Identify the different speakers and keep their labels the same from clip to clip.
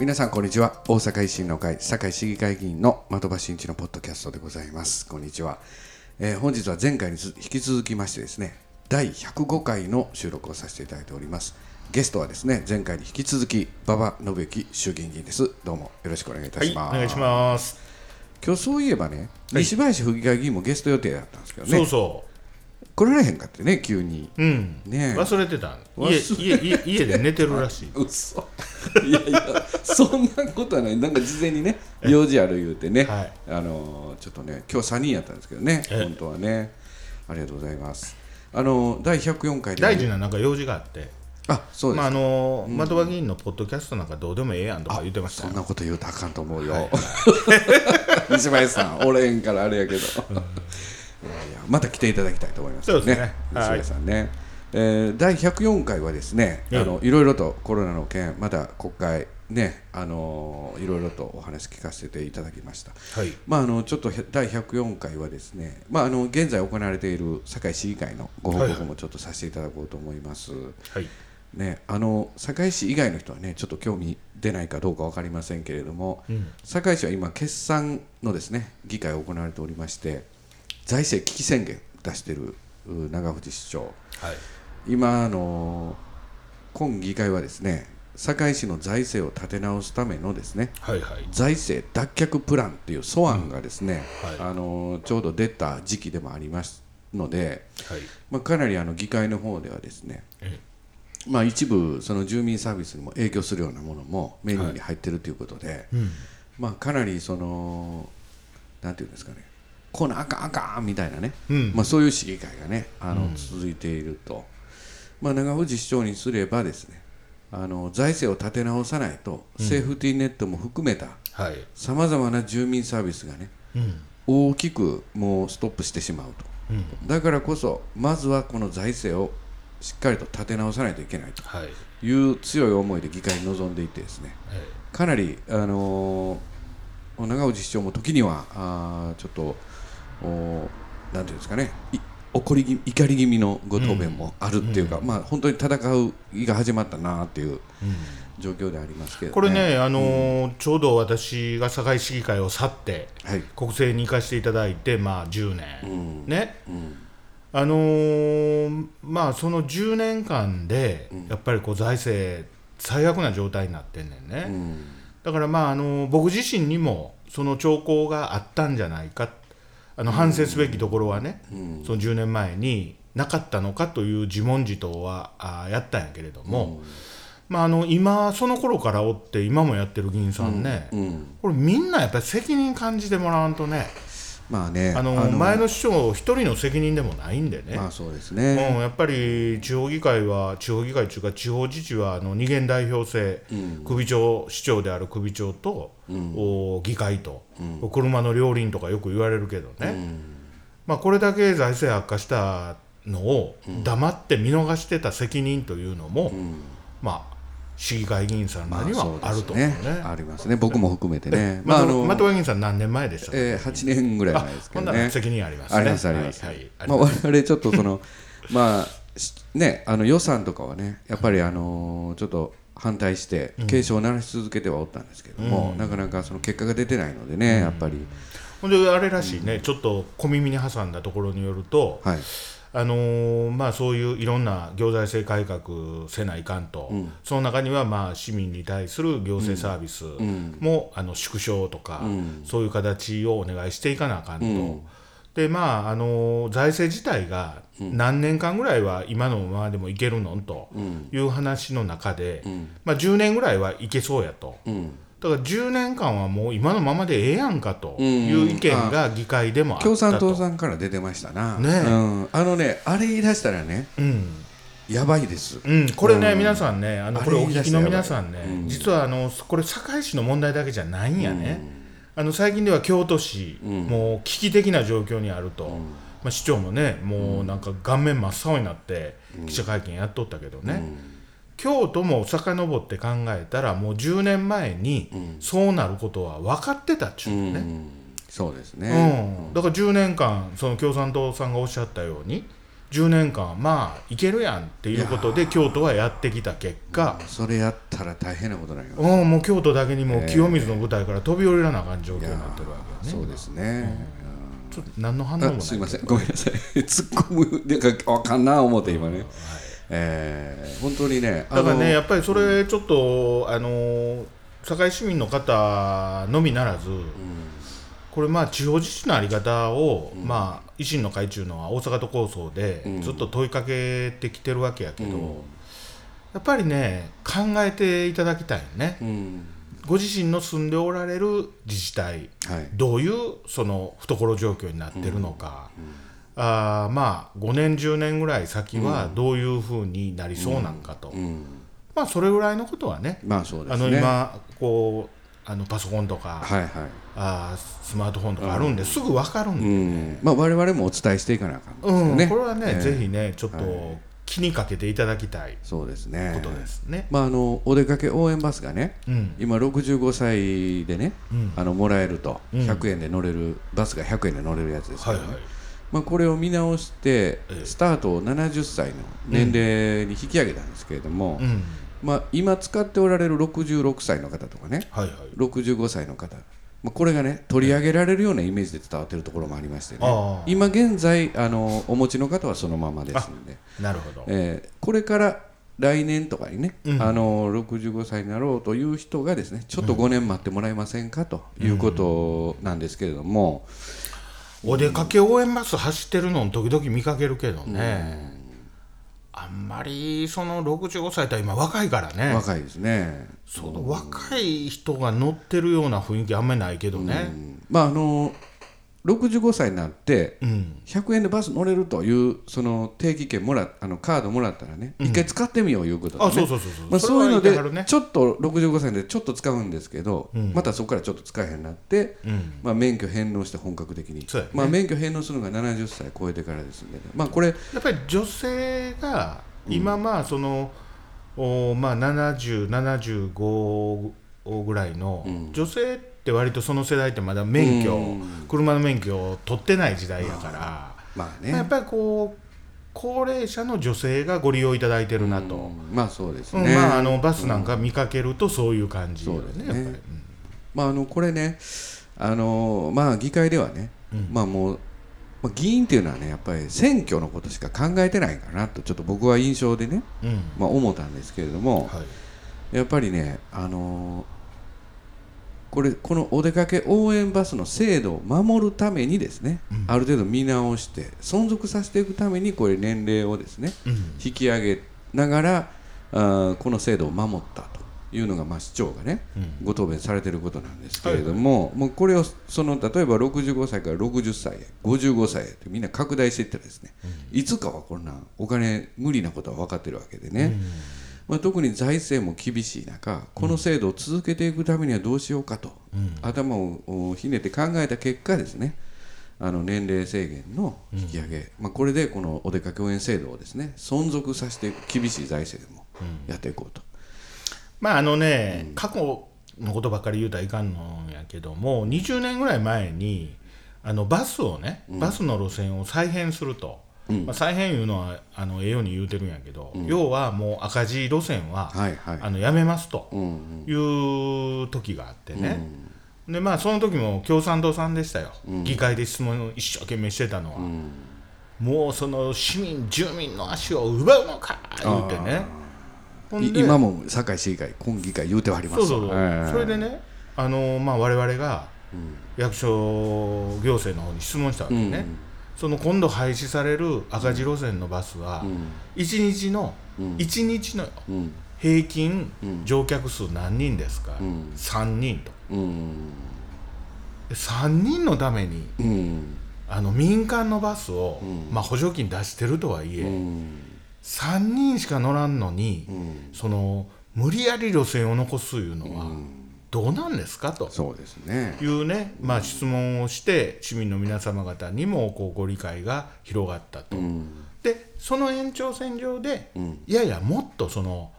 Speaker 1: 皆さんこんにちは大阪維新の会堺市議会議員の的場真一のポッドキャストでございますこんにちは、えー本日は前回につ引き続きましてですね第105回の収録をさせていただいておりますゲストはですね前回に引き続き馬場信之衆議院議員ですどうもよろしくお願いいた
Speaker 2: はい、
Speaker 1: し
Speaker 2: お
Speaker 1: ます、
Speaker 2: 願いします。
Speaker 1: 今日そういえばね西林府議会議員もゲスト予定だったんですけどね、
Speaker 2: そうそ
Speaker 1: 来られへんかってね急に
Speaker 2: う。うん。
Speaker 1: ねえ
Speaker 2: 忘れてた。
Speaker 1: 忘
Speaker 2: 家
Speaker 1: れ
Speaker 2: 家家家で寝てるらしい。
Speaker 1: 嘘いやいやそんなことはないなんか事前にね用事ある言うてね、
Speaker 2: はい
Speaker 1: あのーちょっとね今日3人やったんですけどね
Speaker 2: え
Speaker 1: 本当はねありがとうございますあのー第104回で
Speaker 2: 大事ななんか用事があって、
Speaker 1: あそうです、
Speaker 2: まああの的場議員のポッドキャストなんかどうでもええやんとか言ってました
Speaker 1: そ
Speaker 2: よ
Speaker 1: ん。なこと言うとあかんと思うよ、 西林さんおれへんからあれやけどいやいやまた来ていただきたいと思います
Speaker 2: そうですね
Speaker 1: 西林さんね、えー第104回はですね、
Speaker 2: ええ
Speaker 1: あのいろいろとコロナの件まだ国会ねあのーいろいろとお話聞かせていただきました
Speaker 2: はい。
Speaker 1: まあ、あのちょっとへ第104回はですね、まあ、あの現在行われている堺市議会のご報
Speaker 2: はいは
Speaker 1: 告
Speaker 2: い
Speaker 1: もちょっとさせていただこうと思います、
Speaker 2: はい。
Speaker 1: ね、あの堺市以外の人はねちょっと興味出ないかどうか分かりませんけれども、
Speaker 2: うん
Speaker 1: 堺市は今決算のですね議会が行われておりまして財政危機宣言出しているう長藤市長
Speaker 2: はい。
Speaker 1: 今あの今議会はですね堺市の財政を立て直すためのですね
Speaker 2: はいはい。
Speaker 1: 財政脱却プランという素案がですね、
Speaker 2: うんは
Speaker 1: あのちょうど出た時期でもありますので、
Speaker 2: はい。
Speaker 1: まあ、かなりあの議会の方ではですね、
Speaker 2: え
Speaker 1: まあ、一部その住民サービスにも影響するようなものもメニューに入ってるということで、
Speaker 2: うん。
Speaker 1: まあ、かなりそのなんていうんですかねこんなんあかんあかんみたいなね、
Speaker 2: うん
Speaker 1: まあ、そういう市議会がねあの続いていると、まあ、長藤市長にすればですねあの財政を立て直さないと、セーフティーネットも含めた
Speaker 2: はい。
Speaker 1: さまざまな住民サービスがね
Speaker 2: うん。
Speaker 1: 大きくもうストップしてしまうと
Speaker 2: うん。
Speaker 1: だからこそまずはこの財政をしっかりと立て直さないといけないと
Speaker 2: はい。
Speaker 1: いう強い思いで議会に臨んでいてですね
Speaker 2: え
Speaker 1: かなり、あのー長尾市長も時にはあーちょっとおなんていうんですかねい怒り気怒り気味のご答弁もあるっていうか、まあ、本当に戦う意が始まったなっていう状況でありますけど、ね、
Speaker 2: これね、あのーちょうど私が堺市議会を去って、
Speaker 1: はい、
Speaker 2: 国政に行かせていただいて、まあ、10年、
Speaker 1: ん
Speaker 2: ね、
Speaker 1: ん
Speaker 2: あのーまあその10年間で、やっぱりこう財政最悪な状態になってんねんね、
Speaker 1: うん
Speaker 2: だからまあ、あのー僕自身にもその兆候があったんじゃないかあの反省すべきところはね、その10年前になかったのかという自問自答はあーやったんやけれども、まあ、あの今その頃からおって今もやってる議員さんね、
Speaker 1: うん、
Speaker 2: これみんなやっぱり責任感じてもらわんとね、
Speaker 1: まあね
Speaker 2: あの前の市長一人の責任でもないんでね、
Speaker 1: まあそうですね、
Speaker 2: うん、やっぱり地方議会は、地方議会というか、地方自治はあの二元代表制、首長、市長である首長と、お議会と、車の両輪とかよく言われるけどね、まあ、これだけ財政悪化したのを黙って見逃してた責任というのも、まあ、市議会議員さん
Speaker 1: ま
Speaker 2: ら
Speaker 1: あ
Speaker 2: には
Speaker 1: そうで
Speaker 2: ある
Speaker 1: す
Speaker 2: と思うね。
Speaker 1: ありますね、僕も含めてね、
Speaker 2: ま
Speaker 1: まあ
Speaker 2: あ、あ
Speaker 1: あ
Speaker 2: の
Speaker 1: の、
Speaker 2: 的場議員さん、何年前でしたか、
Speaker 1: えー、8年ぐらい前ですけ
Speaker 2: ほん
Speaker 1: ど
Speaker 2: な
Speaker 1: ね
Speaker 2: ら、責任ありますね。
Speaker 1: ありますあります、
Speaker 2: はいはいあり
Speaker 1: まあ
Speaker 2: ます
Speaker 1: 我々ちょっとその まあしねあの予算とかはねやっぱりあのーちょっと反対して警鐘を鳴らし続けてはおったんですけども、なかなかその結果が出てないのでね、やっぱり
Speaker 2: ほんであれらしいね、ちょっと小耳に挟んだところによると、
Speaker 1: はい
Speaker 2: あのーまあ、そういういろんな行財政改革せないかんと、その中にはまあ市民に対する行政サービスも、あの縮小とか、そういう形をお願いしていかなあかんと。でまああのー財政自体が何年間ぐらいは今のままでもいけるのんという話の中で、まあ、10年ぐらいはいけそうやと、
Speaker 1: ん
Speaker 2: だから10年間はもう今のままでええやんかという意見が議会でもあった
Speaker 1: 共
Speaker 2: と。
Speaker 1: 産党さんから出てましたな、
Speaker 2: ねえ
Speaker 1: うん、あのねあれ言い出したらね
Speaker 2: うん
Speaker 1: やばいです
Speaker 2: うん、これね、皆さんね、あの
Speaker 1: あ
Speaker 2: こ
Speaker 1: れ
Speaker 2: れ、お聞きの皆さんね、実はあのこれ、堺市の問題だけじゃないんやね、あの最近では京都市、もう危機的な状況にあると、まあ、市長もね、もうなんか顔面真っ青になって、記者会見やっとったけどね、京都も遡って考えたら、もう10年前にそうなることは分かってたっちゅうのね。
Speaker 1: うんそうです
Speaker 2: う
Speaker 1: ね、
Speaker 2: ん、だから10年間、その共産党さんがおっしゃったように、 10年間まあいけるやんっていうことで京都はやってきた結果、
Speaker 1: それやったら大変なことになります、
Speaker 2: うん、もう京都だけにもう清水の舞台から飛び降りらなあかん状況になってるわけよ
Speaker 1: そ
Speaker 2: ね
Speaker 1: うですね、
Speaker 2: ちょっと何の反応も
Speaker 1: あ
Speaker 2: ない
Speaker 1: すいませんごめんなさい 突っ込むなんかあかんな思って今ね、えー本当にねあ
Speaker 2: だ
Speaker 1: の
Speaker 2: からねやっぱりそれちょっと、あの堺市民の方のみならず、これまあ地方自治のあり方を、まあ、維新の会中のは大阪都構想でずっと問いかけてきてるわけやけど、やっぱりね考えていただきたいね、
Speaker 1: うん
Speaker 2: ご自身の住んでおられる自治体
Speaker 1: はい
Speaker 2: どういうその懐状況になってるのか、あーまあ5年10年ぐらい先はどういうふうになりそうなんかと。
Speaker 1: うん
Speaker 2: まあそれぐらいのことはね、
Speaker 1: まあそうで
Speaker 2: あ
Speaker 1: す
Speaker 2: の
Speaker 1: ね
Speaker 2: 今こうあのパソコンとか、
Speaker 1: はいはい
Speaker 2: あースマートフォンとかあるんですぐ分かる
Speaker 1: う
Speaker 2: んで、
Speaker 1: んまあ我々もお伝えしていかなあかんです
Speaker 2: うん
Speaker 1: よね、
Speaker 2: これはね、
Speaker 1: えー
Speaker 2: ぜひねちょっと気にかけていただきたい
Speaker 1: そうですね
Speaker 2: ことですね。
Speaker 1: まああのお出かけ応援バスがね
Speaker 2: うん
Speaker 1: 今65歳でね、あのもらえると
Speaker 2: うん
Speaker 1: 100円で乗れる、バスが100円で乗れるやつですけ
Speaker 2: はい
Speaker 1: ど
Speaker 2: は
Speaker 1: ね
Speaker 2: い。
Speaker 1: まあ、これを見直して
Speaker 2: ええ
Speaker 1: スタートを70歳の年齢に引き上げたんですけれども、
Speaker 2: うん
Speaker 1: まあ、今使っておられる66歳の方とかね
Speaker 2: はいはい。
Speaker 1: 65歳の方、まあ、これがね取り上げられるようなイメージで伝わっているところもありまして
Speaker 2: あ
Speaker 1: ね
Speaker 2: あ
Speaker 1: 今現在あのお持ちの方はそのままですので、
Speaker 2: なるほど。
Speaker 1: えーこれから来年とかにね、あの65歳になろうという人がですねちょっと5年待ってもらえませんかということなんですけれども、
Speaker 2: お出かけ応援バス走ってるの時々見かけるけどね。あんまりその65歳とは今若いからね。
Speaker 1: 若いですね。
Speaker 2: その若い人が乗ってるような雰囲気あんまりないけどね。
Speaker 1: まああの65歳になって
Speaker 2: うん。
Speaker 1: 100円でバス乗れるというその定期券もらあのカードもらったらね、一回使ってみよういうことで、ね
Speaker 2: あ、そうそうそうそう。
Speaker 1: まあ、そういうの
Speaker 2: れは言ては
Speaker 1: で
Speaker 2: るね
Speaker 1: ちょっと65歳でちょっと使うんですけど、またそこからちょっと使えへんなって、
Speaker 2: うん。
Speaker 1: まあ、免許返納して本格的に、
Speaker 2: そうやね
Speaker 1: まあ、免許返納するのが70歳超えてからですんでね、まあ、これ、
Speaker 2: やっぱり女性が今まあその、おまあ7075ぐらいの、女性って割とその世代ってまだ免許、車の免許を取ってない時代やから、
Speaker 1: まあ
Speaker 2: まあやっ
Speaker 1: ね、
Speaker 2: ぱりこう高齢者の女性がご利用いただいてるなと、
Speaker 1: まあそうです
Speaker 2: うん
Speaker 1: ね。
Speaker 2: まああのバスなんか見かけるとそういう感じよ
Speaker 1: そうです
Speaker 2: ね
Speaker 1: ね
Speaker 2: やっぱり。うん
Speaker 1: まあ、あのこれね、あのまあ、議会ではね、まあもう、まあ、議員っていうのはね、やっぱり選挙のことしか考えてないかなと、ちょっと僕は印象でね、
Speaker 2: うん
Speaker 1: まあ、思ったんですけれども、
Speaker 2: はい
Speaker 1: やっぱりね、あのこれ、このお出かけ応援バスの制度を守るためにですね、ある程度見直して、存続させていくために、これ、年齢をですね、
Speaker 2: うん
Speaker 1: 引き上げながらあーこの制度を守ったというのが、まあ、市長がね、ご答弁されていることなんですけれども、もうこれをその例えば65歳から60歳へ55歳へってみんな拡大していったらですね、いつかはこんなお金無理なことは分かってるわけでね、まあ、特に財政も厳しい中この制度を続けていくためにはどうしようかと、頭をおひねって考えた結果ですねあの年齢制限の引き上げ、まあ、これでこのお出かけ応援制度をですね存続させていく厳しい財政でもやっていこうと、
Speaker 2: まああのね、過去のことばっかり言うたらいかんのやけども20年ぐらい前にあのバスをね、バスの路線を再編すると、まあ、再編いうのはあのええように言うてるんやけど、要はもう赤字路線は、
Speaker 1: はいはい
Speaker 2: あのやめますと
Speaker 1: うんうん
Speaker 2: いう時があってね、でまあその時も共産党さんでしたよ、議会で質問を一生懸命してたのは、もうその市民住民の足を奪うのか言うてねほん
Speaker 1: い
Speaker 2: で
Speaker 1: 今も堺市議会今議会言うてはります
Speaker 2: そうそうそう、
Speaker 1: ええ
Speaker 2: それでね、あのまあ、我々が役所行政の方に質問したわけね、その今度廃止される赤字路線のバスは、一1日の、一日のよ
Speaker 1: うん
Speaker 2: 平均乗客数何人ですか、
Speaker 1: ん
Speaker 2: 3人と
Speaker 1: うん
Speaker 2: 3人のために
Speaker 1: うん
Speaker 2: あの民間のバスを、まあ、補助金出してるとはいえ、
Speaker 1: うん
Speaker 2: 3人しか乗らんのに、その無理やり路線を残すいうのは、どうなんですかと。
Speaker 1: そうですね
Speaker 2: いうね、まあ、質問をして市民の皆様方にもこうご理解が広がったと、
Speaker 1: うん
Speaker 2: でその延長線上で、
Speaker 1: ん
Speaker 2: いやいやもっとその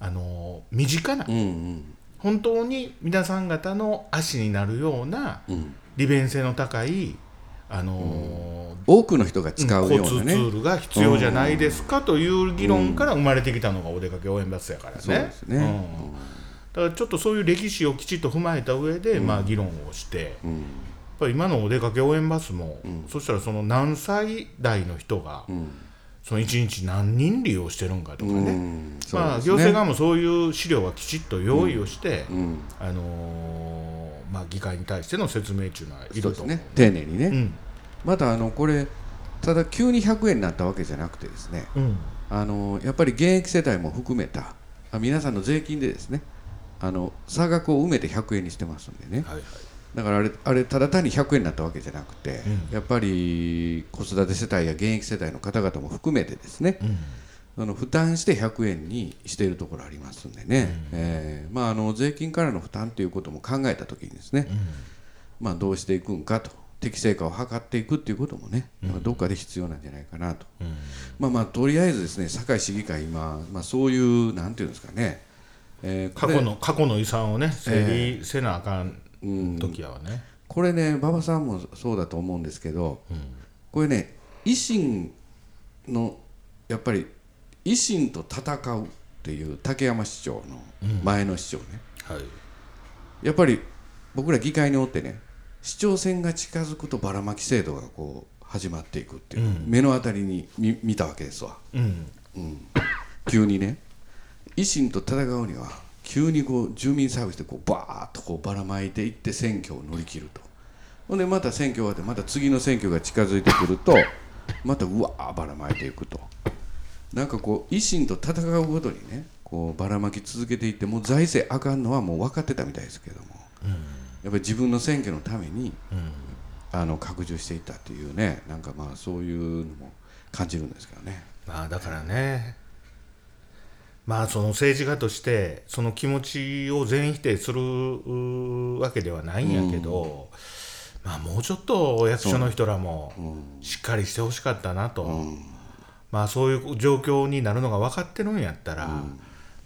Speaker 2: あの身近な、
Speaker 1: うんうん
Speaker 2: 本当に皆さん方の足になるような
Speaker 1: うん
Speaker 2: 利便性の高いあの
Speaker 1: 多くの人が使
Speaker 2: ー
Speaker 1: う
Speaker 2: 交
Speaker 1: よ
Speaker 2: 通
Speaker 1: うな
Speaker 2: ツ
Speaker 1: ね、
Speaker 2: ールが必要じゃないですかという議論から生まれてきたのがお出かけ応援バスやからね。
Speaker 1: そうですね
Speaker 2: うんだからちょっとそういう歴史をきちっと踏まえた上で、まあ議論をして、やっぱり今のお出かけ応援バスも、そしたらその何歳代の人が、その1日何人利用してるんかとか
Speaker 1: う
Speaker 2: ね、
Speaker 1: んそう
Speaker 2: まあ、
Speaker 1: です
Speaker 2: 行政
Speaker 1: ね
Speaker 2: 側もそういう資料はきちっと用意をして、
Speaker 1: ん
Speaker 2: あのーまあ、議会に対しての説明っていうのはいる
Speaker 1: そ
Speaker 2: と
Speaker 1: うです
Speaker 2: 思う
Speaker 1: ね丁寧にね、
Speaker 2: うん
Speaker 1: またあのこれただ急に100円になったわけじゃなくてですね
Speaker 2: うん
Speaker 1: あのやっぱり現役世帯も含めたあ皆さんの税金でですねあの差額を埋めて100円にしてますんでね
Speaker 2: はいはい
Speaker 1: だからあれあれただ単に100円になったわけじゃなくて、やっぱり子育て世帯や現役世帯の方々も含めてですね、あの負担して100円にしているところありますんでね、えーまあ、あの税金からの負担ということも考えたときにですね、まあ、どうしていくんかと適正化を図っていくということもね、まあどっかで必要なんじゃないかなと、まあまあとりあえずですね堺市議会今、まあ、そういうなんていうんですかね、えーこ
Speaker 2: 過
Speaker 1: れ
Speaker 2: 去の過去の遺産をね整理せなあかん時やわね、
Speaker 1: これね馬場さんもそうだと思うんですけど、これね維新のやっぱり維新と戦うっていう竹山市長の前の市長ね、
Speaker 2: はい
Speaker 1: やっぱり僕ら議会におってね市長選が近づくとばらまき制度がこう始まっていくっていう、目の当たりに見見たわけですわ
Speaker 2: うん
Speaker 1: 急にね維新と戦うには急にこう住民サービスでこうバーッとこうばらまいていって選挙を乗り切るとほんでまた選挙終わってまた次の選挙が近づいてくるとまたうわーばらまいていくとなんかこう維新と戦うごとにねこうばらまき続けていってもう財政あかんのはもう分かってたみたいですけども、やっぱり自分の選挙のために、あの拡充していったっていうねなんかまあそういうのも感じるんですけどね。
Speaker 2: まあだからねまあその政治家としてその気持ちを全否定するうわけではないんやけど、まあもうちょっとお役所の人らもしっかりしてほしかったなと、まあそういう状況になるのが分かってるんやったら、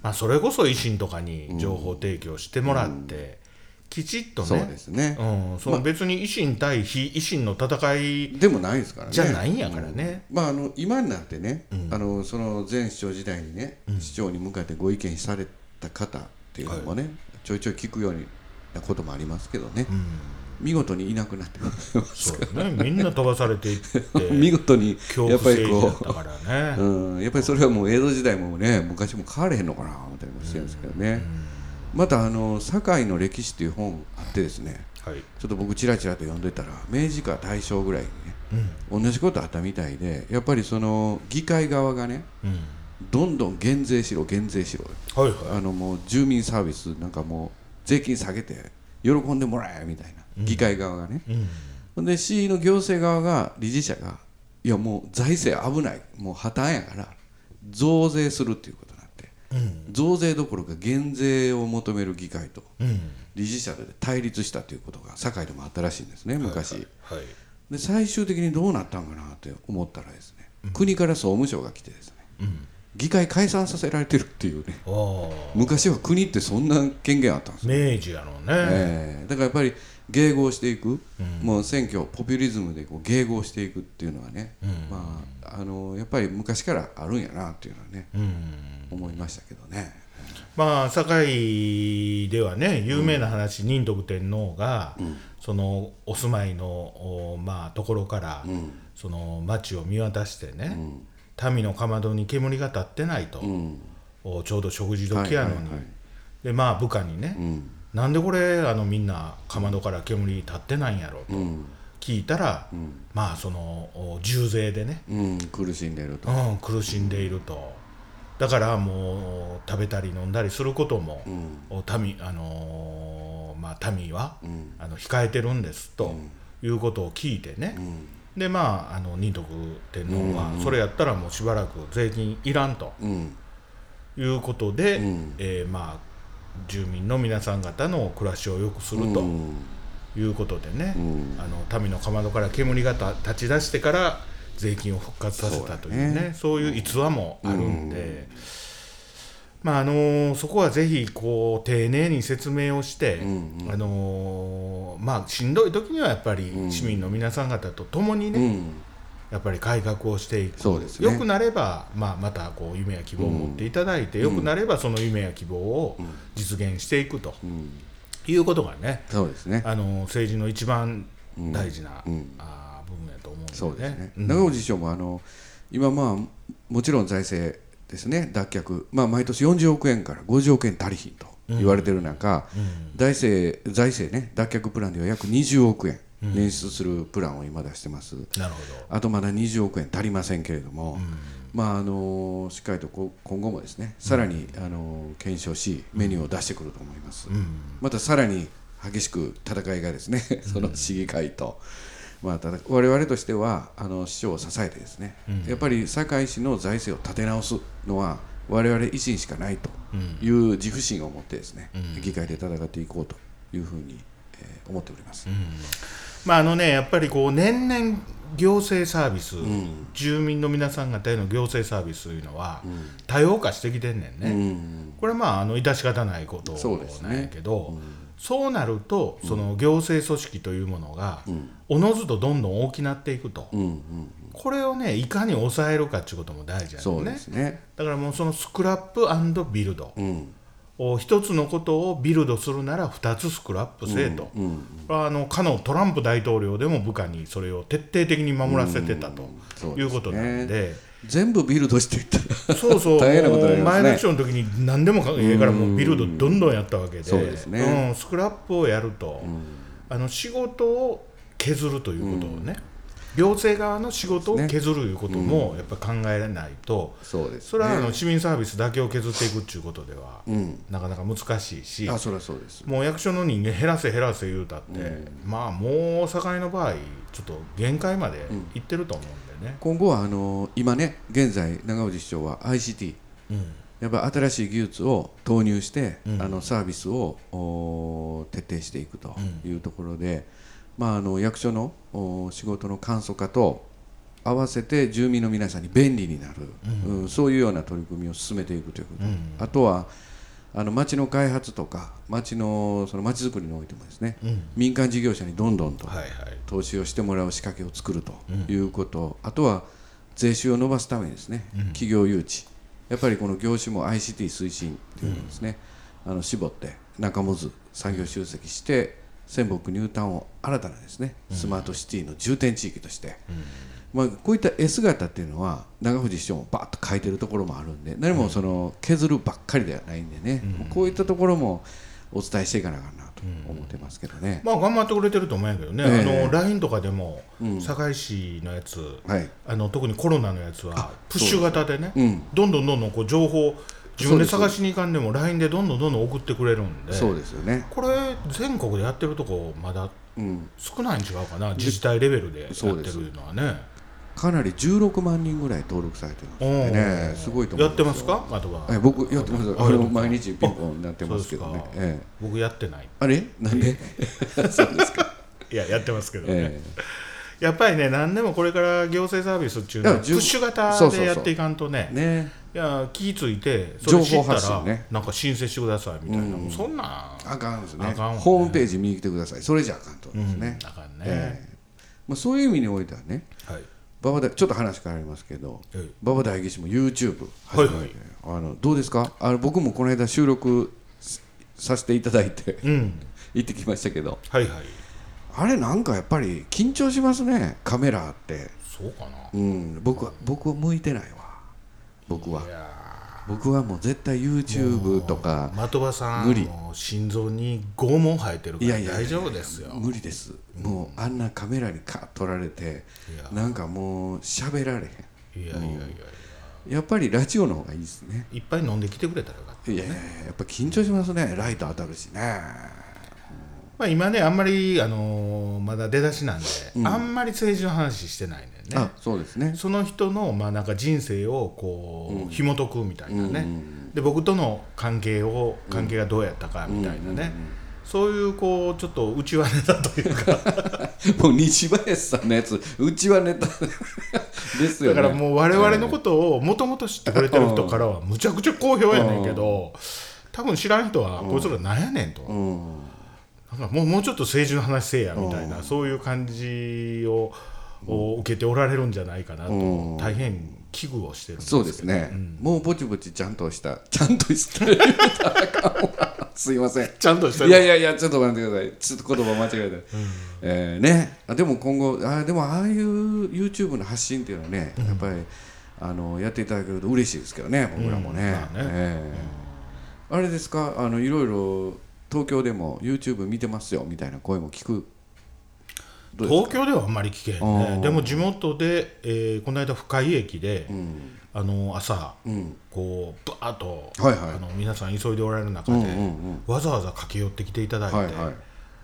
Speaker 2: まあそれこそ維新とかに情報提供してもらって、きちっと
Speaker 1: そう
Speaker 2: ね
Speaker 1: ですね、
Speaker 2: うん、その別に維新対非維新の戦い
Speaker 1: でもないですからね。
Speaker 2: じゃないんやからね。
Speaker 1: まあ、あの今になってね、あのその前市長時代にね、市長に向かってご意見された方っていうのもね、ちょいちょい聞くようなこともありますけどね、見事にいなくなってます、
Speaker 2: そうだね、みんな飛ばされていって
Speaker 1: 見事に
Speaker 2: 恐
Speaker 1: や
Speaker 2: 怖
Speaker 1: っぱり
Speaker 2: 政治だっ
Speaker 1: こ
Speaker 2: たから
Speaker 1: う、
Speaker 2: ね。
Speaker 1: うん、やっぱりそれはもう江戸時代もね昔も変われへんのかなみたいなもしてるんですけどね、またあの「堺の歴史」っていう本あってですね
Speaker 2: はい、
Speaker 1: ちょっと僕ちらちらと読んでたら明治か大正ぐらいにね、同じことあったみたいでやっぱりその議会側がね
Speaker 2: うん、
Speaker 1: どんどん減税しろ減税しろ
Speaker 2: はいは
Speaker 1: あのもう住民サービスなんかもう税金下げて喜んでもらえみたいな、議会側がね
Speaker 2: い、うん、
Speaker 1: ほんで市の行政側が理事者がいやもう財政危ないもう破綻やから増税するっていうことになって、増税どころか減税を求める議会と
Speaker 2: うん、
Speaker 1: 理事者で対立したということが堺でもあったらしいんですね昔、
Speaker 2: はい、
Speaker 1: で最終的にどうなったんかなって思ったらですね、国から総務省が来てですね、議会解散させられてるっていうね
Speaker 2: ああ、
Speaker 1: 昔は国ってそんな権限あったんですよ、
Speaker 2: 明治やろうね。
Speaker 1: ええだからやっぱり迎合していく、もう選挙ポピュリズムでこう迎合していくっていうのはね、まあ、あのやっぱり昔からあるんやなっていうのはね、
Speaker 2: うん、
Speaker 1: 思いましたけどね
Speaker 2: まあ堺ではね有名な話、仁徳天皇が、そのお住まいのおまあところから、その町を見渡してね、民のかまどに煙が立ってないと、
Speaker 1: うん
Speaker 2: おちょうど食事時やの
Speaker 1: は
Speaker 2: に、
Speaker 1: いはいはい
Speaker 2: でまあ部下にね、
Speaker 1: うん
Speaker 2: なんでこれあのみんなかまどから煙立ってないんやろと
Speaker 1: うん、
Speaker 2: 聞いたら、まあそのお重税でね、
Speaker 1: うん、苦しんでると、
Speaker 2: うん、苦しんでいるとだからもう食べたり飲んだりすることも、お民あのーまあ、民は、あの控えてるんですと、いうことを聞いてね、でまああの仁徳天皇は、それやったらもうしばらく税金いらんと。
Speaker 1: うん
Speaker 2: いうことで、
Speaker 1: ん
Speaker 2: えーまあ住民の皆さん方の暮らしを良くすると
Speaker 1: うん
Speaker 2: いうことでね、
Speaker 1: ん
Speaker 2: あの民のかまどから煙がた立ち出してから税金を復活させたというねそういう逸話もあるんで、まああのーそこはぜひこう丁寧に説明をして、あのーまあ、しんどい時にはやっぱり市民の皆さん方と共にね、
Speaker 1: うん
Speaker 2: やっぱり改革をしていく、
Speaker 1: そうですね
Speaker 2: よくなれば、まあ、またこう夢や希望を持っていただいて、よくなればその夢や希望を実現していくと、いうことがね
Speaker 1: そうですね
Speaker 2: あの政治の一番大事な、
Speaker 1: うん
Speaker 2: あー部分やと思うんで
Speaker 1: そうですね、
Speaker 2: うん
Speaker 1: 長尾次長もあの今まあもちろん財政ですね脱却、まあ、毎年40億円から50億円足りひんと言われてる中、財政財政ね脱却プランでは約20億円捻出するプランを今出してます、
Speaker 2: なるほ
Speaker 1: あとまだ20億円足りませんけれども、まああのしっかりとこう今後もですねさらに、あの検証しメニューを出してくると思います、またさらに激しく戦いがですねその市議会と、まあ、ただ我々としてはあの市長を支えてですね、やっぱり堺市の財政を立て直すのは我々維新しかないという自負心を持ってですね、議会で戦っていこうというふうに、えー思っております。
Speaker 2: まああのね、やっぱりこう年々行政サービス、住民の皆さん方への行政サービスというのは、多様化してきてんねんね、
Speaker 1: うん
Speaker 2: これはまああの致し方ないこと
Speaker 1: そうですね
Speaker 2: なんやけどそう,、なるとその行政組織というものが、おのずとどんどん大きなっていくと、
Speaker 1: うんうん、
Speaker 2: これをねいかに抑えるかっていうことも大事や
Speaker 1: そ
Speaker 2: ねん
Speaker 1: うで
Speaker 2: ね
Speaker 1: すね。
Speaker 2: だからもうそのスクラップビルド、
Speaker 1: うん
Speaker 2: お一つのことをビルドするなら二つスクラップせえと、これはあのかのトランプ大統領でも部下にそれを徹底的に守らせてたと
Speaker 1: そう
Speaker 2: い
Speaker 1: ですね
Speaker 2: うことなんで、
Speaker 1: 全部ビルドしていったら
Speaker 2: そうそ う
Speaker 1: 大変なことになりますね
Speaker 2: もう前の人の時に何でもかええからもうビルドどんどんやったわけで
Speaker 1: そうですね
Speaker 2: うんスクラップをやると、あの仕事を削るということをね、行政側の仕事を削るということもやっぱり考えないと。
Speaker 1: そうです、ね、
Speaker 2: それはあの市民サービスだけを削っていくっていうことでは、
Speaker 1: うん
Speaker 2: なかなか難しいし
Speaker 1: あそりゃそうです
Speaker 2: もう役所の人間減らせ減らせ言うたって、まあもう境の場合ちょっと限界までいってると思うんでね、
Speaker 1: 今後はあの今ね現在長藤市長は ICT
Speaker 2: うん
Speaker 1: やっぱり新しい技術を投入して、あのサービスをおー徹底していくというところで、まあ、あの役所のお仕事の簡素化と合わせて住民の皆さんに便利になる、うんそういうような取り組みを進めていくということ、あとはあの町の開発とか町のその町づくりにおいてもですね、民間事業者にどんどんと
Speaker 2: はいはい
Speaker 1: 投資をしてもらう仕掛けを作るということ、あとは税収を伸ばすためにですね、企業誘致やっぱりこの業種も ICT 推進というのをですね、あの絞って中本産業集積して仙北ニュータウンを新たなですねスマートシティの重点地域として、まあ、こういった S 型っていうのは長藤市長もバッと書いてるところもあるんで何もその削るばっかりではないんでね、もうこういったところもお伝えしていかなあかんなと思ってますけどね。
Speaker 2: まあ頑張ってくれてると思うんやけどね、
Speaker 1: ええ
Speaker 2: あの LINE とかでも、堺市のやつ、
Speaker 1: はい
Speaker 2: あの特にコロナのやつはプッシュ型でね、
Speaker 1: うん
Speaker 2: どんどんどんどんこう情報自分で探しに行かんでも LINE でどんどんどんどん送ってくれるんで
Speaker 1: そうですよね
Speaker 2: これ全国でやってるとこまだ
Speaker 1: うん、
Speaker 2: 少ないん違うかな自治体レベルでやって
Speaker 1: そうです
Speaker 2: るのはね
Speaker 1: かなり16万人ぐらい登録されてますんで
Speaker 2: お
Speaker 1: ね
Speaker 2: ー
Speaker 1: すごいと思
Speaker 2: や
Speaker 1: いま
Speaker 2: っ
Speaker 1: す
Speaker 2: てますかあとは
Speaker 1: え僕やってます
Speaker 2: あ
Speaker 1: あれも毎日ピンポンになってますけどね
Speaker 2: そうですか
Speaker 1: ええ
Speaker 2: 僕やってない
Speaker 1: あれなんでそうですか、
Speaker 2: いややってますけどね、
Speaker 1: え
Speaker 2: やっぱりね何でもこれから行政サービスっていうのはいプ
Speaker 1: や十
Speaker 2: ッシュ
Speaker 1: そ
Speaker 2: 型
Speaker 1: うそうそ
Speaker 2: で
Speaker 1: う
Speaker 2: やっていかんとね
Speaker 1: えね
Speaker 2: いや気付いてそれ知
Speaker 1: 情
Speaker 2: っ
Speaker 1: 報
Speaker 2: た
Speaker 1: 発
Speaker 2: ら、
Speaker 1: 信ね
Speaker 2: なんか申請してくださいみたいな、もうそんなん
Speaker 1: あかんですね
Speaker 2: あかんわね
Speaker 1: ホームページ見に来てくださいそれじゃあかんと
Speaker 2: う
Speaker 1: で
Speaker 2: ん
Speaker 1: すね、
Speaker 2: あかんね、
Speaker 1: ええまあ、そういう意味においてはね
Speaker 2: はい
Speaker 1: 馬場大ちょっと話変わりますけど
Speaker 2: え
Speaker 1: 馬場大義士も YouTube
Speaker 2: はい
Speaker 1: 始めてあのどうですかあの僕もこの間収録させていただいて
Speaker 2: えうん
Speaker 1: 行ってきましたけど
Speaker 2: はいはい
Speaker 1: あれなんかやっぱり緊張しますねカメラって
Speaker 2: そうかな
Speaker 1: うん僕は僕は向いてないわ僕はい
Speaker 2: や
Speaker 1: 僕はもう絶対 YouTube とか
Speaker 2: 的場さん
Speaker 1: 無理
Speaker 2: もう心臓に拷問生えてるか
Speaker 1: い
Speaker 2: ら
Speaker 1: やいやいや
Speaker 2: 大丈夫ですよ
Speaker 1: 無理ですもうあんなカメラにカッ撮られて
Speaker 2: いや
Speaker 1: なんかもう喋られへ
Speaker 2: いやいやいやいや
Speaker 1: んやっぱりラジオの方がいいですね
Speaker 2: いっぱい飲んできてくれたらよかった
Speaker 1: いやいややっぱ緊張しますねライト当たるしね
Speaker 2: まあ、今ねあんまり、あのーまだ出だしなんで、あんまり政治の話してないねんね
Speaker 1: あそうですね
Speaker 2: その人の、まあ、なんか人生をこう、紐解くみたいなね、で僕との関係を関係がどうやったかみたいなね、そういうこうちょっと内輪ネタというか
Speaker 1: もう西林さんのやつうちはネタ ですよ
Speaker 2: だ
Speaker 1: ね
Speaker 2: からもう我々のことをもともと知ってくれてる人からはむちゃくちゃ好評やねんけど多分知らん人はこいつらなんやねんと
Speaker 1: うん
Speaker 2: なんかもうもうちょっと政治の話せえやみたいなそういう感じをを受けておられるんじゃないかなと
Speaker 1: うん
Speaker 2: 大変危惧をしてるん
Speaker 1: そうですね、もうぼちぼちちゃんとしたちゃんとしたネタが顔が すいません
Speaker 2: ちゃんとした
Speaker 1: いやいやいやちょっと待ってくださいちょっと言葉間違えた、えーねあでも今後あでもああいう YouTube の発信っていうのはね、やっぱりあのやっていただけると嬉しいですけどね僕らもね,、
Speaker 2: うんまあね
Speaker 1: えーあれですかあのいろいろ東京でも YouTube 見てますよみたいな声も聞くどうです
Speaker 2: 東京ではあんまり聞けへん
Speaker 1: あー
Speaker 2: ねでも地元で、えーこの間深井駅で、
Speaker 1: うん
Speaker 2: あの朝
Speaker 1: うん
Speaker 2: こうバーッと、
Speaker 1: はいはい
Speaker 2: あの皆さん急いでおられる中
Speaker 1: う
Speaker 2: で、
Speaker 1: んうん
Speaker 2: わざわざ駆け寄ってきていただ
Speaker 1: う
Speaker 2: い
Speaker 1: ん
Speaker 2: て、
Speaker 1: はいはい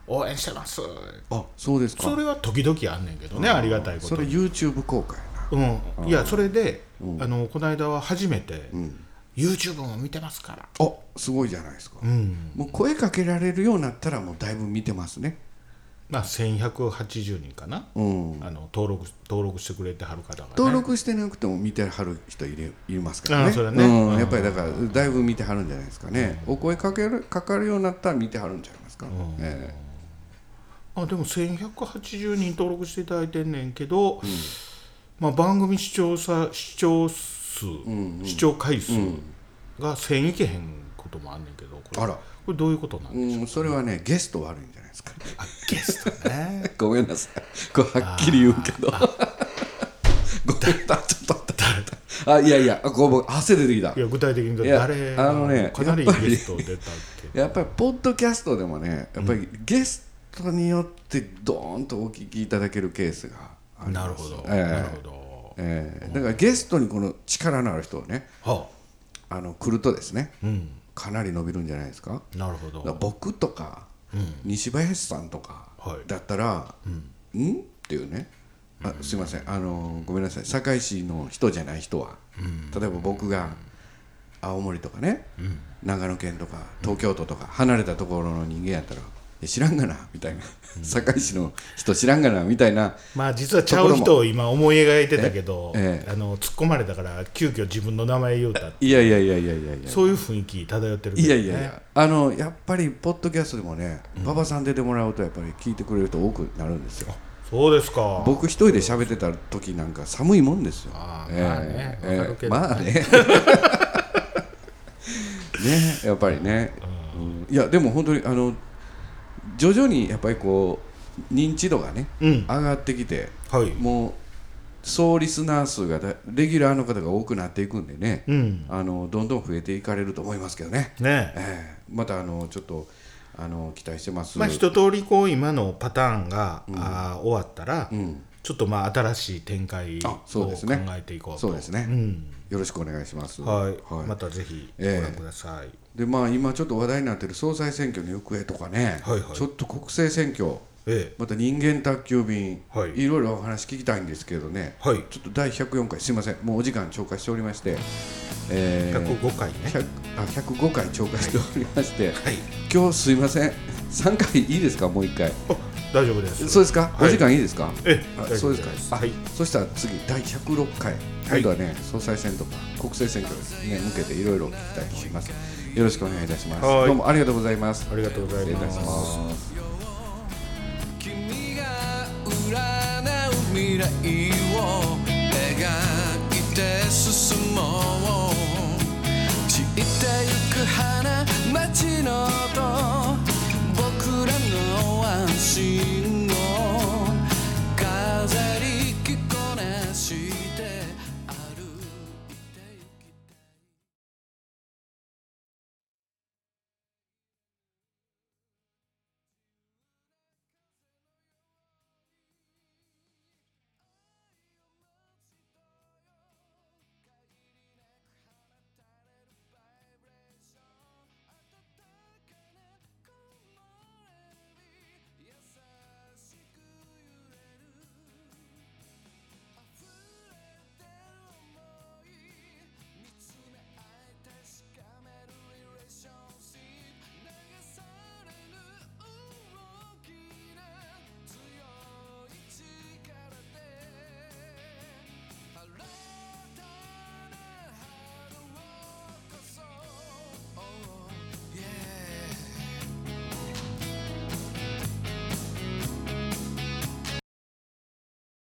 Speaker 2: 応援してます
Speaker 1: あそうですか
Speaker 2: それは時々あんねんけどね、ありがたいこ
Speaker 1: そ
Speaker 2: と
Speaker 1: れ
Speaker 2: に
Speaker 1: YouTube 公開やな
Speaker 2: うん、いやそれで、あのこの間は初めて、YouTube も見てますから、
Speaker 1: あすごいじゃないですか、
Speaker 2: うん
Speaker 1: もう声かけられるようになったらもうだいぶ見てますね
Speaker 2: まあ、1180人かな、
Speaker 1: うん
Speaker 2: あの登録登録してくれてはる方が、ね、
Speaker 1: 登録してなくても見てはる人いれいますか
Speaker 2: あ
Speaker 1: ら
Speaker 2: あ
Speaker 1: ね
Speaker 2: それはね
Speaker 1: うん
Speaker 2: うん
Speaker 1: やっぱりだからだいぶ見てはるんじゃないですかね、お声かけるかかるようになったら見てはるんじゃないですか、え
Speaker 2: あでも1180人登録していただいてんねんけど、まあ、番組視聴者視聴数、視聴回数が1000いけへんこともあんねんけどこれ
Speaker 1: あら
Speaker 2: これどういうことなん
Speaker 1: え
Speaker 2: でしょう、
Speaker 1: うん、それはねゲスト悪いんじゃないですか
Speaker 2: あゲスト ね
Speaker 1: ごめんなさいこれはっきり言うけど ごめんなちょっと待って あいやいやあごめん汗出てきた
Speaker 2: いや具体的に
Speaker 1: いや
Speaker 2: 誰
Speaker 1: あのね
Speaker 2: かなり
Speaker 1: やっぱり
Speaker 2: ゲスト出たっけ
Speaker 1: やっぱりポッドキャストでもねやっぱりゲストによってドーンとお聞きいただけるケースがあります
Speaker 2: なるほど、
Speaker 1: ええ
Speaker 2: なるほど、
Speaker 1: ええだからゲストにこの力のある人をね
Speaker 2: は
Speaker 1: あの来るとですね
Speaker 2: あうん
Speaker 1: かなり伸びるんじゃないですか
Speaker 2: なるほ
Speaker 1: だから
Speaker 2: ど
Speaker 1: 僕とか、西林さんとか
Speaker 2: はい
Speaker 1: だったら「うんっていうねあすいませんあのごめんなさい堺市の人じゃない人は、例えば僕が青森とかね、長野県とか東京都とか離れたところの人間やったら「え知らんがな」みたいな「堺市の人知らんがな」みたいな
Speaker 2: まあ実はちゃう人を今思い描いてたけど、
Speaker 1: え
Speaker 2: あの突っ込まれたから急遽自分の名前言うたって
Speaker 1: いやいやいやいやいやいや
Speaker 2: そういう雰囲気漂ってるけ
Speaker 1: い
Speaker 2: ど
Speaker 1: や
Speaker 2: ね
Speaker 1: いやいや、あのやっぱりポッドキャストでもね、馬場さん出てもらうとやっぱり聞いてくれる人多くなるんですよ。
Speaker 2: そうですか
Speaker 1: 僕一人で喋ってた時なんか寒いもんですよ。
Speaker 2: あー
Speaker 1: え
Speaker 2: まあね
Speaker 1: え
Speaker 2: わかるけどね
Speaker 1: まあ ね。ね、やっぱりね。うんいやでも本当にあの徐々にやっぱりこう認知度がね、
Speaker 2: うん
Speaker 1: 上がってきて、
Speaker 2: はい
Speaker 1: もう総リスナー数がだレギュラーの方が多くなっていくんでね、
Speaker 2: うん
Speaker 1: あのどんどん増えていかれると思いますけどね。
Speaker 2: ね
Speaker 1: ええまたあのちょっとあの期待してます。
Speaker 2: まあ一通りこう今のパターンが、あー終わったら、
Speaker 1: ん
Speaker 2: ちょっとまあ新しい展開を
Speaker 1: あ
Speaker 2: 考
Speaker 1: そうですね
Speaker 2: えていこうと
Speaker 1: そうですね、
Speaker 2: ん
Speaker 1: よろしくお願いします。
Speaker 2: はい、
Speaker 1: はい
Speaker 2: またぜひご覧ください、
Speaker 1: でまあ今ちょっと話題になってる総裁選挙の行方とかね、
Speaker 2: はいはい
Speaker 1: ちょっと国政選挙、
Speaker 2: え
Speaker 1: また人間宅急便、
Speaker 2: はい
Speaker 1: いろいろお話聞きたいんですけどね、
Speaker 2: えはい
Speaker 1: ちょっと第104回すいませんもうお時間超過しておりまして、えー
Speaker 2: 105回ね
Speaker 1: 100あ105回超過しておりまして、
Speaker 2: はい
Speaker 1: 今日すいません3回いいですかもう1回
Speaker 2: あ大丈夫です
Speaker 1: そうですか、
Speaker 2: はい
Speaker 1: お時間いいですか
Speaker 2: ええ
Speaker 1: あ
Speaker 2: 大丈夫
Speaker 1: そうですかあ
Speaker 2: はい
Speaker 1: そしたら次第106回今度はね、総裁選とか国政選挙ですね向けていろいろ聞きたいと思いますよろしくお願いいたします
Speaker 2: はい
Speaker 1: どうもありがとうございます
Speaker 2: ありがとうござい
Speaker 1: 失礼いた
Speaker 2: ま
Speaker 1: し
Speaker 2: す
Speaker 1: ます
Speaker 3: 君が占う未来を描いて進もう